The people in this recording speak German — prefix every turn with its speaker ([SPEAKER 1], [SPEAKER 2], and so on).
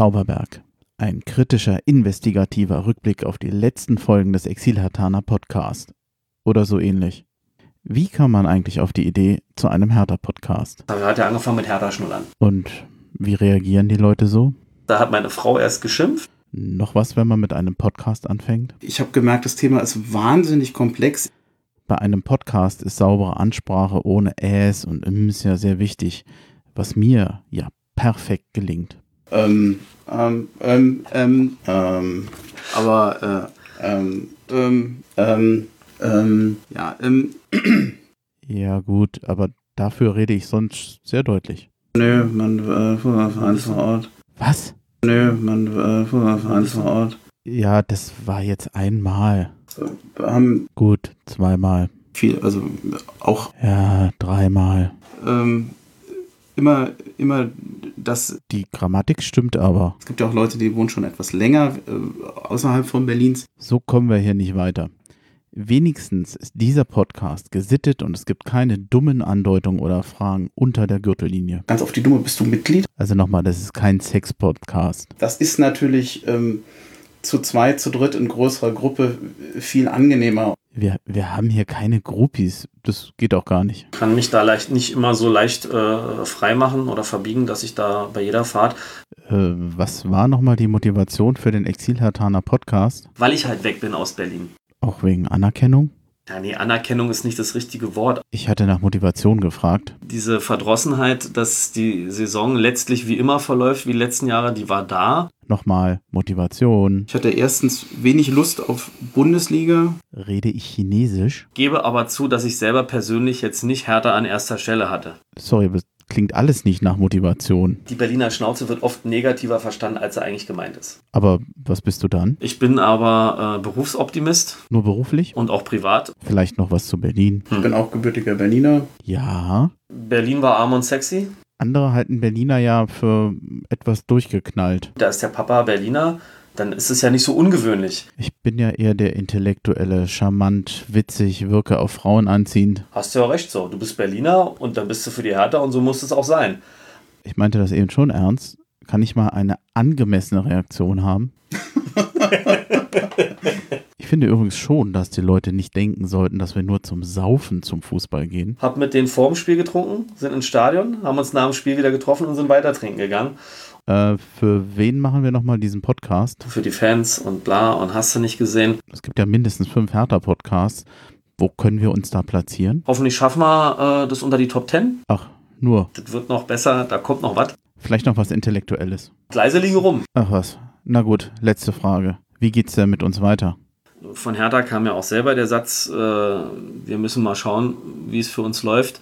[SPEAKER 1] Zauberberg. Ein kritischer, investigativer Rückblick auf die letzten Folgen des Exil-Hatana Podcast. Oder so ähnlich. Wie kam man eigentlich auf die Idee zu einem Hertha-Podcast?
[SPEAKER 2] Da hat er angefangen mit Hertha-Schnullern.
[SPEAKER 1] Und wie reagieren die Leute so?
[SPEAKER 2] Da hat meine Frau erst geschimpft.
[SPEAKER 1] Noch was, wenn man mit einem Podcast anfängt?
[SPEAKER 3] Ich habe gemerkt, das Thema ist wahnsinnig komplex.
[SPEAKER 1] Bei einem Podcast ist saubere Ansprache ohne Äs und Ms ja sehr wichtig, was mir ja perfekt gelingt.
[SPEAKER 3] Ähm, ähm, ähm, ähm, ähm, aber, äh, ähm, ähm, ähm, ähm, ja, ähm,
[SPEAKER 1] Ja gut, aber dafür rede ich sonst sehr deutlich.
[SPEAKER 3] nö, man, äh, Fußballverein ist vor Ort.
[SPEAKER 1] Was?
[SPEAKER 3] Nö, man, äh, Fußballverein ist vor Ort.
[SPEAKER 1] Ja, das war jetzt einmal.
[SPEAKER 3] Wir haben
[SPEAKER 1] Gut, zweimal.
[SPEAKER 3] viel, also auch,
[SPEAKER 1] Ja, dreimal.
[SPEAKER 3] ähm, immer, immer das,
[SPEAKER 1] Die Grammatik stimmt aber.
[SPEAKER 3] es gibt ja auch Leute, die wohnen schon etwas länger äh, außerhalb von Berlins.
[SPEAKER 1] So kommen wir hier nicht weiter. Wenigstens ist dieser Podcast gesittet und es gibt keine dummen Andeutungen oder Fragen unter der Gürtellinie.
[SPEAKER 3] Ganz auf die Dumme, bist du Mitglied?
[SPEAKER 1] Also nochmal, das ist kein Sex-Podcast.
[SPEAKER 3] Das ist natürlich ähm, zu zwei, zu dritt in größerer Gruppe äh, viel angenehmer.
[SPEAKER 1] Wir, wir haben hier keine Groupies. Das geht auch gar nicht.
[SPEAKER 2] Kann mich da leicht nicht immer so leicht äh, freimachen oder verbiegen, dass ich da bei jeder Fahrt,
[SPEAKER 1] Äh, was war nochmal die Motivation für den Exil-Hartaner Podcast?
[SPEAKER 2] weil ich halt weg bin aus Berlin.
[SPEAKER 1] Auch wegen Anerkennung?
[SPEAKER 2] Ja, nee, Anerkennung ist nicht das richtige Wort.
[SPEAKER 1] Ich hatte nach Motivation gefragt.
[SPEAKER 2] Diese Verdrossenheit, dass die Saison letztlich wie immer verläuft, wie die letzten Jahre, die war da.
[SPEAKER 1] Nochmal, Motivation.
[SPEAKER 3] Ich hatte erstens wenig Lust auf Bundesliga.
[SPEAKER 1] Rede ich Chinesisch?
[SPEAKER 2] Gebe aber zu, dass ich selber persönlich jetzt nicht Hertha an erster Stelle hatte.
[SPEAKER 1] Sorry, aber das klingt alles nicht nach Motivation.
[SPEAKER 2] Die Berliner Schnauze wird oft negativer verstanden, als sie eigentlich gemeint ist.
[SPEAKER 1] Aber was bist du dann?
[SPEAKER 2] Ich bin aber äh, Berufsoptimist
[SPEAKER 1] Nur beruflich?
[SPEAKER 2] und auch privat.
[SPEAKER 1] Vielleicht noch was zu Berlin?
[SPEAKER 3] Ich bin auch gebürtiger Berliner.
[SPEAKER 1] Ja.
[SPEAKER 2] Berlin war arm und sexy.
[SPEAKER 1] Andere halten Berliner ja für etwas durchgeknallt.
[SPEAKER 2] Da ist der Papa Berliner. Dann ist es ja nicht so ungewöhnlich.
[SPEAKER 1] Ich bin ja eher der Intellektuelle, charmant, witzig, wirke auf Frauen anziehend.
[SPEAKER 2] Hast du ja recht so. Du bist Berliner und dann bist du für die Hertha und so muss es auch sein.
[SPEAKER 1] Ich meinte das eben schon ernst. Kann ich mal eine angemessene Reaktion haben? Ich finde übrigens schon, dass die Leute nicht denken sollten, dass wir nur zum Saufen zum Fußball gehen.
[SPEAKER 2] Hab mit denen vorm Spiel getrunken, sind ins Stadion, haben uns nach dem Spiel wieder getroffen und sind weiter trinken gegangen.
[SPEAKER 1] Äh, für wen machen wir nochmal diesen Podcast?
[SPEAKER 2] Für die Fans und bla und hast du nicht gesehen.
[SPEAKER 1] Es gibt ja mindestens fünf Hertha-Podcasts. Wo können wir uns da platzieren?
[SPEAKER 2] Hoffentlich schaffen wir äh, das unter die Top 10.
[SPEAKER 1] Ach, nur.
[SPEAKER 2] Das wird noch besser, da kommt noch was.
[SPEAKER 1] Vielleicht noch was Intellektuelles.
[SPEAKER 2] Gleise liegen rum.
[SPEAKER 1] Ach was. Na gut, letzte Frage. Wie geht's denn mit uns weiter?
[SPEAKER 2] Von Hertha kam ja auch selber der Satz, äh, wir müssen mal schauen, wie es für uns läuft.